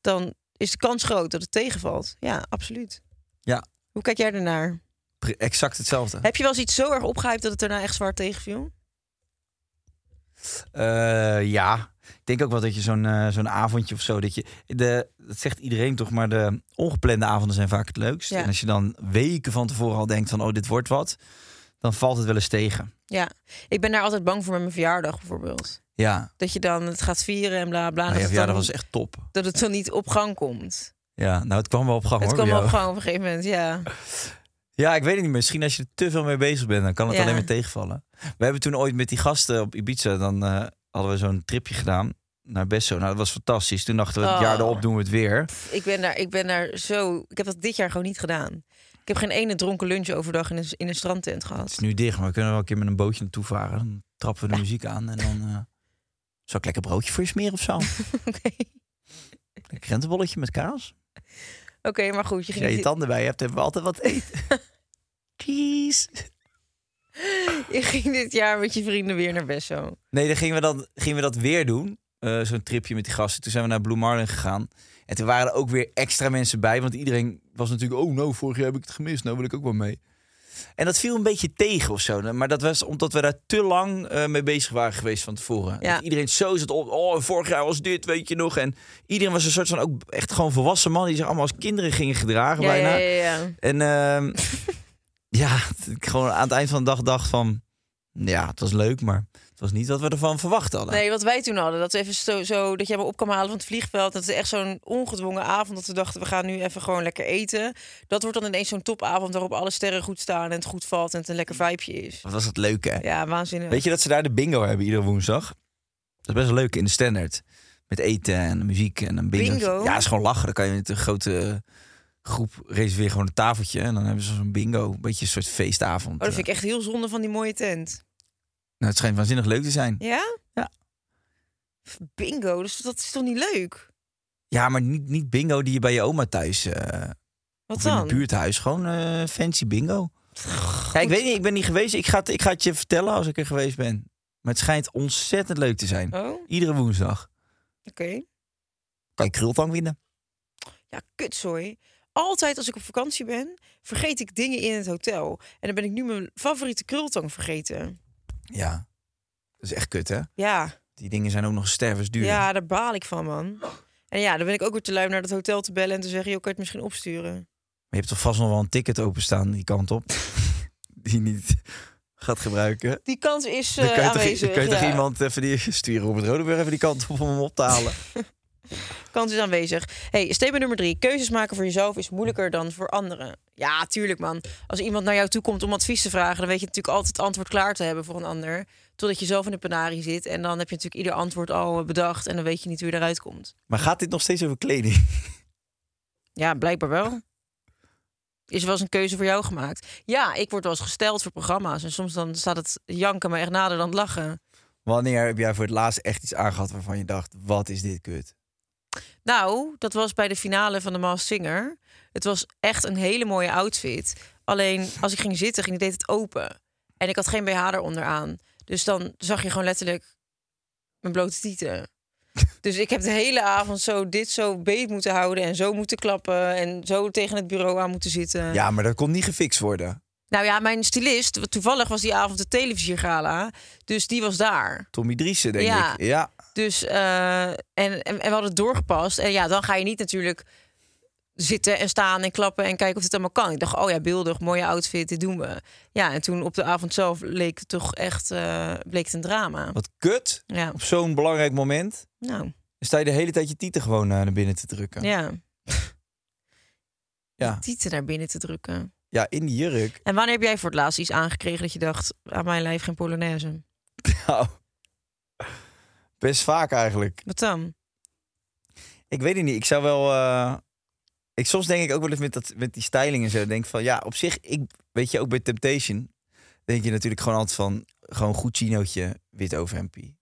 dan is de kans groot dat het tegenvalt. Ja, absoluut.
Ja.
Hoe kijk jij ernaar?
Pre- Exact hetzelfde.
Heb je wel eens iets zo erg opgehyped dat het daarna echt zwaar tegenviel?
Eh, ja, ik denk ook wel dat je zo'n eh, zo'n avondje of zo... Dat, je de, dat zegt iedereen toch, maar de ongeplande avonden zijn vaak het leukst.
Ja.
En als je dan weken van tevoren al denkt van... oh, dit wordt wat, dan valt het wel eens tegen.
Ja, ik ben daar altijd bang voor met mijn verjaardag bijvoorbeeld.
Ja,
Dat je dan het gaat vieren en bla bla.
nou,
Ah, dat,
ja
het
verjaardag
dan-
was echt top.
dat het dan niet op gang komt.
Ja, nou, het kwam wel op gang,
het
hoor.
kwam
bij
wel op
jou.
gang op een gegeven moment, ja.
Ja, ik weet het niet meer. Misschien als je er te veel mee bezig bent, dan kan het
Ja.
alleen maar tegenvallen. We hebben toen ooit met die gasten op Ibiza, dan eh, hadden we zo'n tripje gedaan naar Besso. Nou, dat was fantastisch. Toen dachten we, het
Oh.
jaar erop doen we het weer.
Ik ben, daar, ik ben daar zo... Ik heb dat dit jaar gewoon niet gedaan. Ik heb geen ene dronken lunch overdag in een, in een strandtent
Het is
gehad.
nu dicht, maar we kunnen wel een keer met een bootje naartoe varen. Dan trappen we de muziek aan en dan... eh zal ik lekker broodje voor je smeren of zo?
Oké,
Lekker rentenbolletje met kaas?
Oké, maar goed.
Als
Je ging
jij je
niet,
tanden bij hebt, hebben we altijd wat eten. Kies.
je ging dit jaar met je vrienden weer naar Besso.
Nee, dan gingen we, dan, gingen we dat weer doen. Eh, Zo'n tripje met die gasten. Toen zijn we naar Blue Marlin gegaan. En toen waren er ook weer extra mensen bij. Want iedereen was natuurlijk... Oh, nou, vorig jaar heb ik het gemist. Nou wil ik ook wel mee. En dat viel een beetje tegen of zo. Maar dat was omdat we daar te lang eh, mee bezig waren geweest van tevoren.
Ja.
Dat iedereen zo zat op... Oh, vorig jaar was dit, weet je nog. En iedereen was een soort van ook echt gewoon volwassen man... die zich allemaal als kinderen gingen gedragen
Ja,
bijna.
ja, ja, ja.
En ehm, ja, ik gewoon aan het eind van de dag dacht van... Ja, het was leuk, maar het was niet wat we ervan verwacht hadden.
Nee, wat wij toen hadden, dat we even zo, zo dat jij me op kan halen van het vliegveld. Dat is echt zo'n ongedwongen avond dat we dachten we gaan nu even gewoon lekker eten. Dat wordt dan ineens zo'n topavond waarop alle sterren goed staan en het goed valt en het een lekker vibeje is.
Wat was het leuk, hè?
Ja, waanzinnig.
Weet je dat ze daar de bingo hebben iedere woensdag? Dat is best wel leuk in de standaard. Met eten en muziek en een bingo.
Bingo?
Ja, is gewoon lachen. Dan kan je met een grote groep reserveren gewoon een tafeltje. En dan hebben ze zo'n bingo. Een beetje een soort feestavond.
Oh, dat vind ik echt heel zonde van die mooie tent.
Nou, het schijnt waanzinnig leuk te zijn.
Ja?
Ja.
Bingo, dus dat is toch niet leuk?
Ja, maar niet, niet bingo die je bij je oma thuis... eh,
Wat
Of in het
dan?
buurthuis. Gewoon eh, fancy bingo. Ja, ik weet niet, ik ben niet geweest. Ik ga, het, ik ga het je vertellen als ik er geweest ben. Maar het schijnt ontzettend leuk te zijn.
Oh, oké.
Iedere woensdag kan je krultang winnen.
Ja, kutzooi. Altijd als ik op vakantie ben, vergeet ik dingen in het hotel. En dan ben ik nu mijn favoriete krultang vergeten.
Ja, dat is echt kut, hè?
Ja.
Die dingen zijn ook nog stervensduur.
Ja, daar baal ik van, man. En ja, dan ben ik ook weer te lui om naar dat hotel te bellen en te zeggen: joh, kan je het misschien opsturen?
Maar je hebt toch vast nog wel een ticket openstaan die kant op. die je niet gaat gebruiken.
Die kans is
Dan
eh,
kan je, toch,
aanwezig.
kan je toch
ja.
iemand even die sturen op het Rodeburg even die kant op om hem op te halen.
Kans is aanwezig. Hey, statement nummer drie: keuzes maken voor jezelf is moeilijker dan voor anderen. Ja, tuurlijk, man. Als iemand naar jou toe komt om advies te vragen, dan weet je natuurlijk altijd het antwoord klaar te hebben voor een ander. Totdat je zelf in de penarie zit en dan heb je natuurlijk ieder antwoord al eh, bedacht en dan weet je niet hoe je eruit komt.
maar gaat dit nog steeds over kleding?
Ja, blijkbaar wel. Is er wel eens een keuze voor jou gemaakt? Ja, ik word wel eens gesteld voor programma's. En soms dan staat het janken maar echt nader dan het lachen.
Wanneer heb jij voor het laatst echt iets aangehad waarvan je dacht, wat is dit kut?
Nou, dat was bij de finale van de Maas Singer. Het was echt een hele mooie outfit. Alleen als ik ging zitten, ging deed het open. En ik had geen BH eronder aan. Dus dan zag je gewoon letterlijk mijn blote tieten. Dus ik heb de hele avond zo dit zo beet moeten houden en zo moeten klappen en zo tegen het bureau aan moeten zitten.
Ja, maar dat kon niet gefixt worden.
Nou ja, mijn stylist, want toevallig was die avond de televisiergala, dus die was daar.
Tommy Driessen, denk
Ja.
ik. Ja.
Dus eh, en, en, en we hadden het doorgepast. En ja, dan ga je niet natuurlijk zitten en staan en klappen en kijken of het allemaal kan. Ik dacht, oh ja, beeldig, mooie outfit, dit doen we. Ja, en toen op de avond zelf leek het toch echt eh, bleek het een drama.
Wat kut.
Ja,
Op zo'n belangrijk moment
nou,
sta je de hele tijd je tieten gewoon eh, naar binnen te drukken. Ja,
ja.
Ja.
Tieten naar binnen te drukken.
in die jurk.
En wanneer heb jij voor het laatst iets aangekregen dat je dacht, aan mijn lijf geen polonaise?
Nou, best vaak eigenlijk.
Wat dan?
Ik weet het niet. Ik zou wel... eh, Ik, soms denk ik ook wel eens met, dat, met die styling en zo. Denk ik van ja, op zich, ik, weet je, ook bij Temptation. Denk je natuurlijk gewoon altijd van gewoon goed chinootje, wit overhemdje.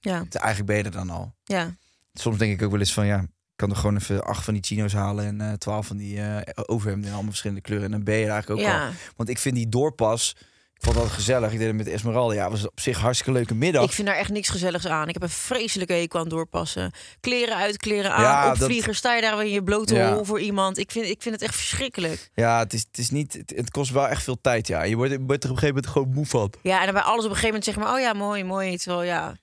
Ja.
Het is eigenlijk beter dan al.
Ja.
Soms denk ik ook wel eens van ja, ik kan er gewoon even acht van die chino's halen en eh, twaalf van die eh overhemden in allemaal verschillende kleuren. En dan ben je er eigenlijk ook al.
ja.
Want ik vind die doorpas, ik vond dat gezellig. Ik deed het met Esmeralda. Ja, was op zich een hartstikke leuke middag.
Ik vind daar echt niks gezelligs aan. Ik heb een vreselijke hekel aan doorpassen. Kleren uit, kleren aan,
Ja,
opvlieger, sta je daar weer in je blote
Ja.
hol voor iemand. Ik vind, ik vind het echt verschrikkelijk.
Ja, het, is, het, is niet, het, het kost wel echt veel tijd, ja. Je wordt, je wordt er op een gegeven moment gewoon moe van.
Ja, en dan bij alles op een gegeven moment zeg maar, oh ja, mooi, mooi. Terwijl ja,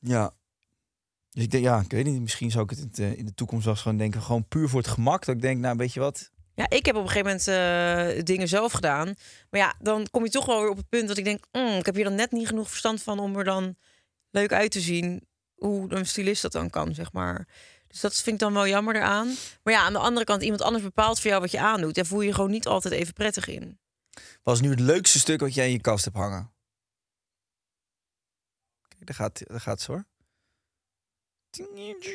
Ja. Dus ik denk, ja, ik weet niet, misschien zou ik het in de, in de toekomst wel eens gewoon denken, gewoon puur voor het gemak. Dat ik denk, nou, weet je wat?
Ja, ik heb op een gegeven moment eh, dingen zelf gedaan. Maar ja, dan kom je toch wel weer op het punt dat ik denk... "Mm, ik heb hier dan net niet genoeg verstand van om er dan leuk uit te zien... hoe een stylist dat dan kan, zeg maar. Dus dat vind ik dan wel jammer eraan. Maar ja, aan de andere kant, iemand anders bepaalt voor jou wat je aandoet. Daar voel je je gewoon niet altijd even prettig in.
Wat is nu het leukste stuk wat jij in je kast hebt hangen? Kijk, daar gaat, daar gaat ze hoor.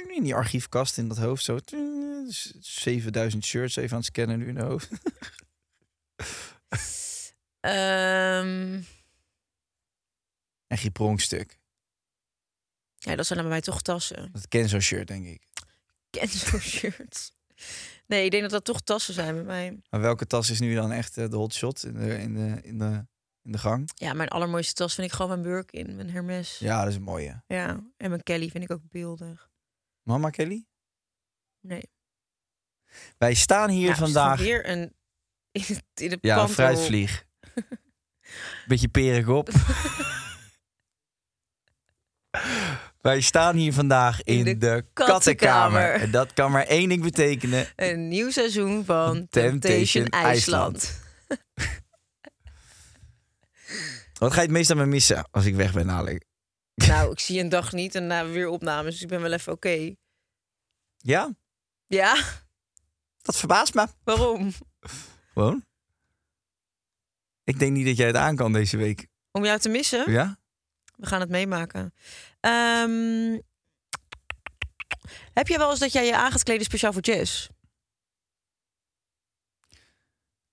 In die archiefkast in dat hoofd zo. 7000 shirts even aan het scannen nu in de hoofd.
Ehm,
En geen pronkstuk.
ja, dat zijn dan bij mij toch tassen.
Dat ken zo'n shirt, denk ik.
Kenzo shirts. Nee, ik denk dat dat toch tassen zijn bij mij.
Maar welke tas is nu dan echt eh, de hotshot in de, in, de, in, de, in de gang?
Ja, mijn allermooiste tas vind ik gewoon mijn Birkin, mijn Hermes.
Ja, dat is een mooie.
ja. En mijn Kelly vind ik ook beeldig.
Mama Kelly?
Nee. Nou,
Wij staan hier
Ja, er
vandaag.
stond Weer een in het, in het
Ja, een
panto.
fruitvlieg. Beetje perig op. Wij staan hier vandaag in,
In
de,
de
kattenkamer.
kattenkamer.
En dat kan maar één ding betekenen.
Een nieuw seizoen van
Temptation
Temptation,
IJsland.
IJsland.
Wat ga je het meest aan me missen als ik weg ben dadelijk?
nou, ik zie een dag niet en daarna weer opnames, dus ik ben wel even oké.
Ja,
Ja,
dat verbaast me.
waarom?
Gewoon. Ik denk niet dat jij het aan kan deze week.
Om jou te missen?
Ja?
We gaan het meemaken. Ehm, heb jij wel eens dat jij je aan gaat kleden speciaal voor jazz?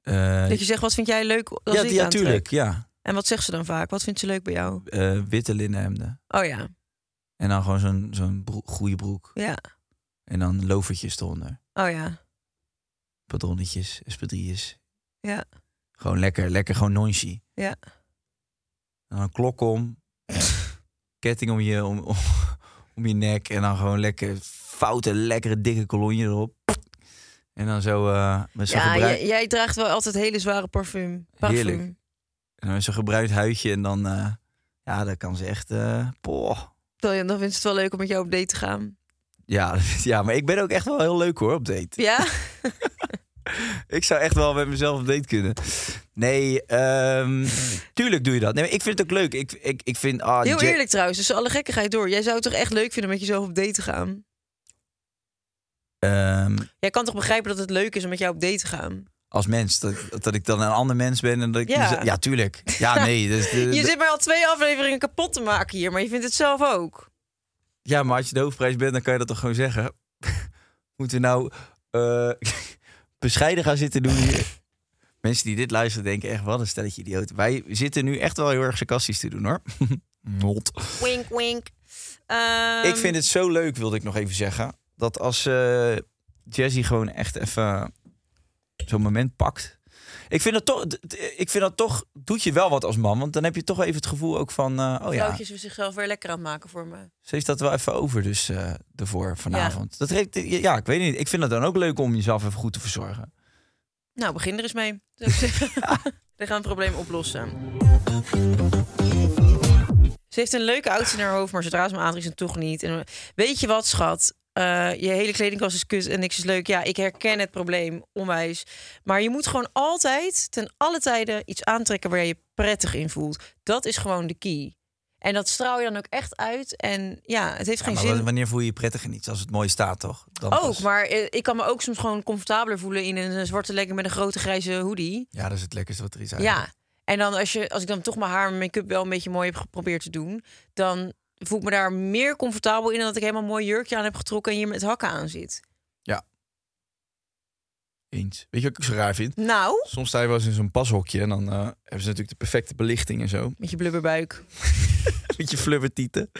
Eh,
Dat je zegt, wat vind jij leuk als
ja,
ik
ja,
aantrek?
tuurlijk. Ja.
En wat zegt ze dan vaak? Wat vindt ze leuk bij jou?
Eh, witte linnenhemden.
Oh ja,
En dan gewoon zo'n zo'n broek- goede broek.
ja,
En dan lovertjes eronder.
oh ja.
Padronnetjes, espadrilles.
Ja.
Gewoon lekker, lekker gewoon nonchie.
Ja.
En dan een klok om. ketting om je, om, om, om je nek. En dan gewoon lekker foute, lekkere, dikke kolonje erop. En dan zo eh, met zo'n
Ja,
gebruik,
jij, jij draagt wel altijd hele zware parfum. parfum.
Heerlijk. en dan eh, met zo'n gebruikt huidje. En dan, eh, ja, dat kan ze echt, eh poh.
Dan dan vindt ze het wel leuk om met jou op date te gaan.
Ja, ja, maar ik ben ook echt wel heel leuk hoor op date.
Ja?
Ik zou echt wel met mezelf op date kunnen. Nee, ehm, tuurlijk doe je dat. Nee, maar ik vind het ook leuk. Ik, ik, ik vind, ah,
Heel
Ja-
eerlijk trouwens, dus alle gekkigheid door. Jij zou het toch echt leuk vinden om met jezelf op date te gaan?
Ehm,
Jij kan toch begrijpen dat het leuk is om met jou op date te gaan?
als mens, dat, dat ik dan een ander mens ben en dat ik
Ja.
mezelf- ja tuurlijk. Ja, nee. Dus, de-
Je
de-
zit maar al twee afleveringen kapot te maken hier, maar je vindt het zelf ook.
Ja, maar als je de hoofdprijs bent, dan kan je dat toch gewoon zeggen. Moeten we nou eh, bescheiden gaan zitten doen hier? Mensen die dit luisteren denken echt, wat een stelletje idioot. Wij zitten nu echt wel heel erg sarcastisch te doen hoor. Not.
Wink, wink. Ehm,
Ik vind het zo leuk, wilde ik nog even zeggen. Dat als eh Jazzy gewoon echt even zo'n moment pakt. Ik vind, dat toch, d- d- ik vind dat toch, doet je wel wat als man. Want dan heb je toch even het gevoel ook van, eh, oh ja,
Vrouwtjes zichzelf weer lekker aan het maken voor me.
ze heeft dat wel even over dus eh ervoor vanavond. Dat geeft, ja, ik weet niet. Ik vind het dan ook leuk om jezelf even goed te verzorgen.
Nou, begin er eens mee. Zou ik zeggen. We gaan het probleem oplossen. Ze heeft een leuke outfit in haar hoofd, maar zodra ze me aantrekt, is het toch niet. En weet je wat, schat? Eh, je hele kledingkast is kut en niks is leuk. Ja, ik herken het probleem, onwijs. Maar je moet gewoon altijd, ten alle tijden, iets aantrekken waar je je prettig in voelt. Dat is gewoon de key. En dat straal je dan ook echt uit. En ja, het heeft
Ja,
geen
maar
zin.
wa- wanneer voel je je prettig in iets? Als het mooi staat toch? Dan
Ook,
pas.
maar eh, ik kan me ook soms gewoon comfortabeler voelen in een zwarte legging met een grote grijze hoodie.
Ja, dat is het lekkerste wat er is eigenlijk.
Ja, en dan als, je, als ik dan toch mijn haar en make-up wel een beetje mooi heb geprobeerd te doen, dan voel ik me daar meer comfortabel in dan dat ik helemaal een mooi jurkje aan heb getrokken en hier met hakken aan zit.
Ja. Eens. Weet je wat ik ook zo raar vind?
Nou,
Soms sta je wel eens in zo'n pashokje en dan eh, hebben ze natuurlijk de perfecte belichting en zo.
met je blubberbuik.
Met je flubbertieten.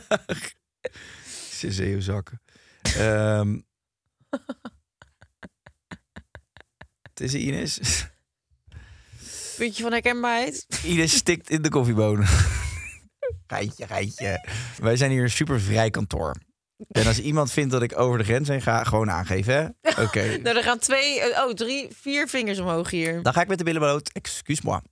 Ze zeeuwzakken. Ehm het is Ines.
Puntje van herkenbaarheid.
Ines stikt in de koffiebonen. Geitje, geitje. Wij zijn hier een super vrij kantoor. En als iemand vindt dat ik over de grens heen ga, gewoon aangeven, hè? Oké.
Nou, er gaan twee, eh, oh, drie, vier vingers omhoog hier.
Dan ga ik met de billen bloot. Excuse moi.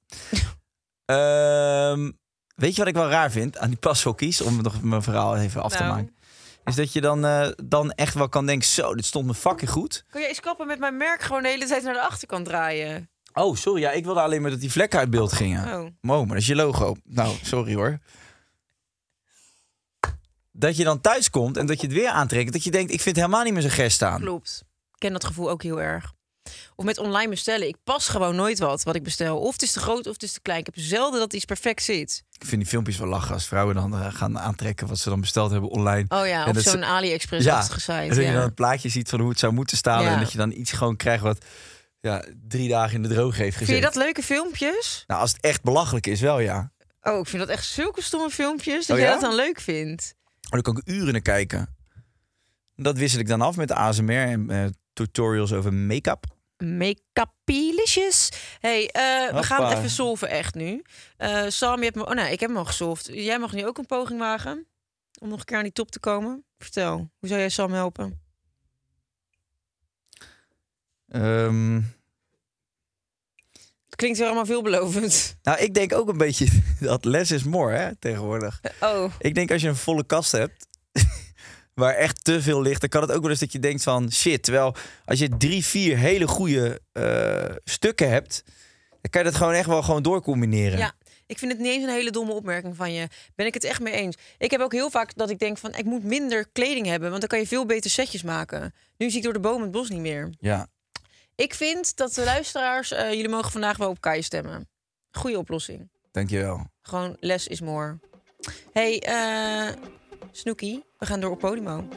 Ehm, weet je wat ik wel raar vind aan die pashokkies? Om nog mijn verhaal even af te
Nou.
maken. Is dat je dan, eh, dan echt wel kan denken... Zo, dit stond me fucking goed.
Kun je eens kappen met mijn merk gewoon de hele tijd naar de achterkant draaien?
Oh, sorry. Ja, ik wilde alleen maar dat die vlekken uit beeld gingen.
Oh.
Mo, maar dat is je logo. Nou, sorry hoor. Dat je dan thuis komt en dat je het weer aantrekt. Dat je denkt, ik vind het helemaal niet meer zo gest staan.
Klopt. Ik ken dat gevoel ook heel erg. Of met online bestellen. Ik pas gewoon nooit wat wat ik bestel. Of het is te groot of het is te klein. Ik heb zelden dat iets perfect zit.
Ik vind die filmpjes wel lachen als vrouwen dan eh, gaan aantrekken... wat ze dan besteld hebben online.
Oh ja,
En
of
dat ze-
zo'n AliExpress
Ja,
ja, gezaaid.
En dat je dan
Ja.
het plaatje ziet van hoe het zou moeten staan.
Ja.
En dat je dan iets gewoon krijgt wat ja, drie dagen in de droog heeft gezet.
Vind je dat leuke filmpjes?
Nou, als het echt belachelijk is, wel ja.
Oh, ik vind dat echt zulke stomme filmpjes. Dat
Oh
jij
ja?
dat dan leuk vindt.
Maar dan kan ik uren naar kijken. Dat wissel ik dan af met de ASMR en eh, tutorials over make-up.
Make-upilicious. hey, eh, we
Hoppa.
gaan het even solven echt nu. Eh, Sam, je hebt me... Oh nee, ik heb hem al gesolved. Jij mag nu ook een poging wagen. Om nog een keer aan die top te komen. Vertel, hoe zou jij Sam helpen?
Ehm,
Het klinkt weer allemaal veelbelovend.
nou, ik denk ook een beetje dat less is more hè, tegenwoordig.
Oh,
Ik denk als je een volle kast hebt, waar echt te veel ligt, dan kan het ook wel eens dat je denkt van shit. Terwijl als je drie, vier hele goede eh, stukken hebt, dan kan je dat gewoon echt wel gewoon doorcombineren.
Ja, ik vind het niet eens een hele domme opmerking van je. Ben ik het echt mee eens. Ik heb ook heel vaak dat ik denk van... ik moet minder kleding hebben, want dan kan je veel beter setjes maken. Nu zie ik door de boom het bos niet meer.
Ja.
Ik vind dat de luisteraars... eh, jullie mogen vandaag wel op Kai stemmen. Goeie oplossing.
Dankjewel.
Gewoon less is more. hey, eh Snoekie, we gaan door op Podimo.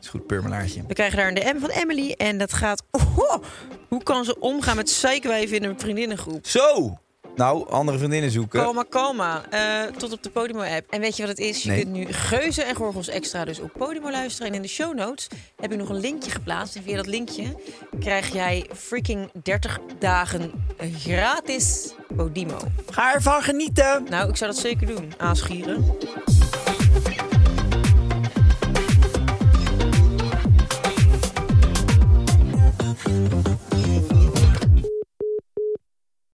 Is goed, Purmelaartje.
We krijgen daar een DM van Emily en dat gaat... Oho, hoe kan ze omgaan met zeikwijven in een vriendinnengroep?
Zo! Nou, andere vriendinnen zoeken.
Kalma, kalma. Eh, tot op de Podimo-app. En weet je wat het is? Je
Nee.
kunt nu geuzen en gorgels extra dus op Podimo luisteren. En in de show notes heb ik nog een linkje geplaatst. En via dat linkje krijg jij freaking 30 dagen gratis Podimo.
Ga ervan genieten!
Nou, ik zou dat zeker doen. Aanschieren.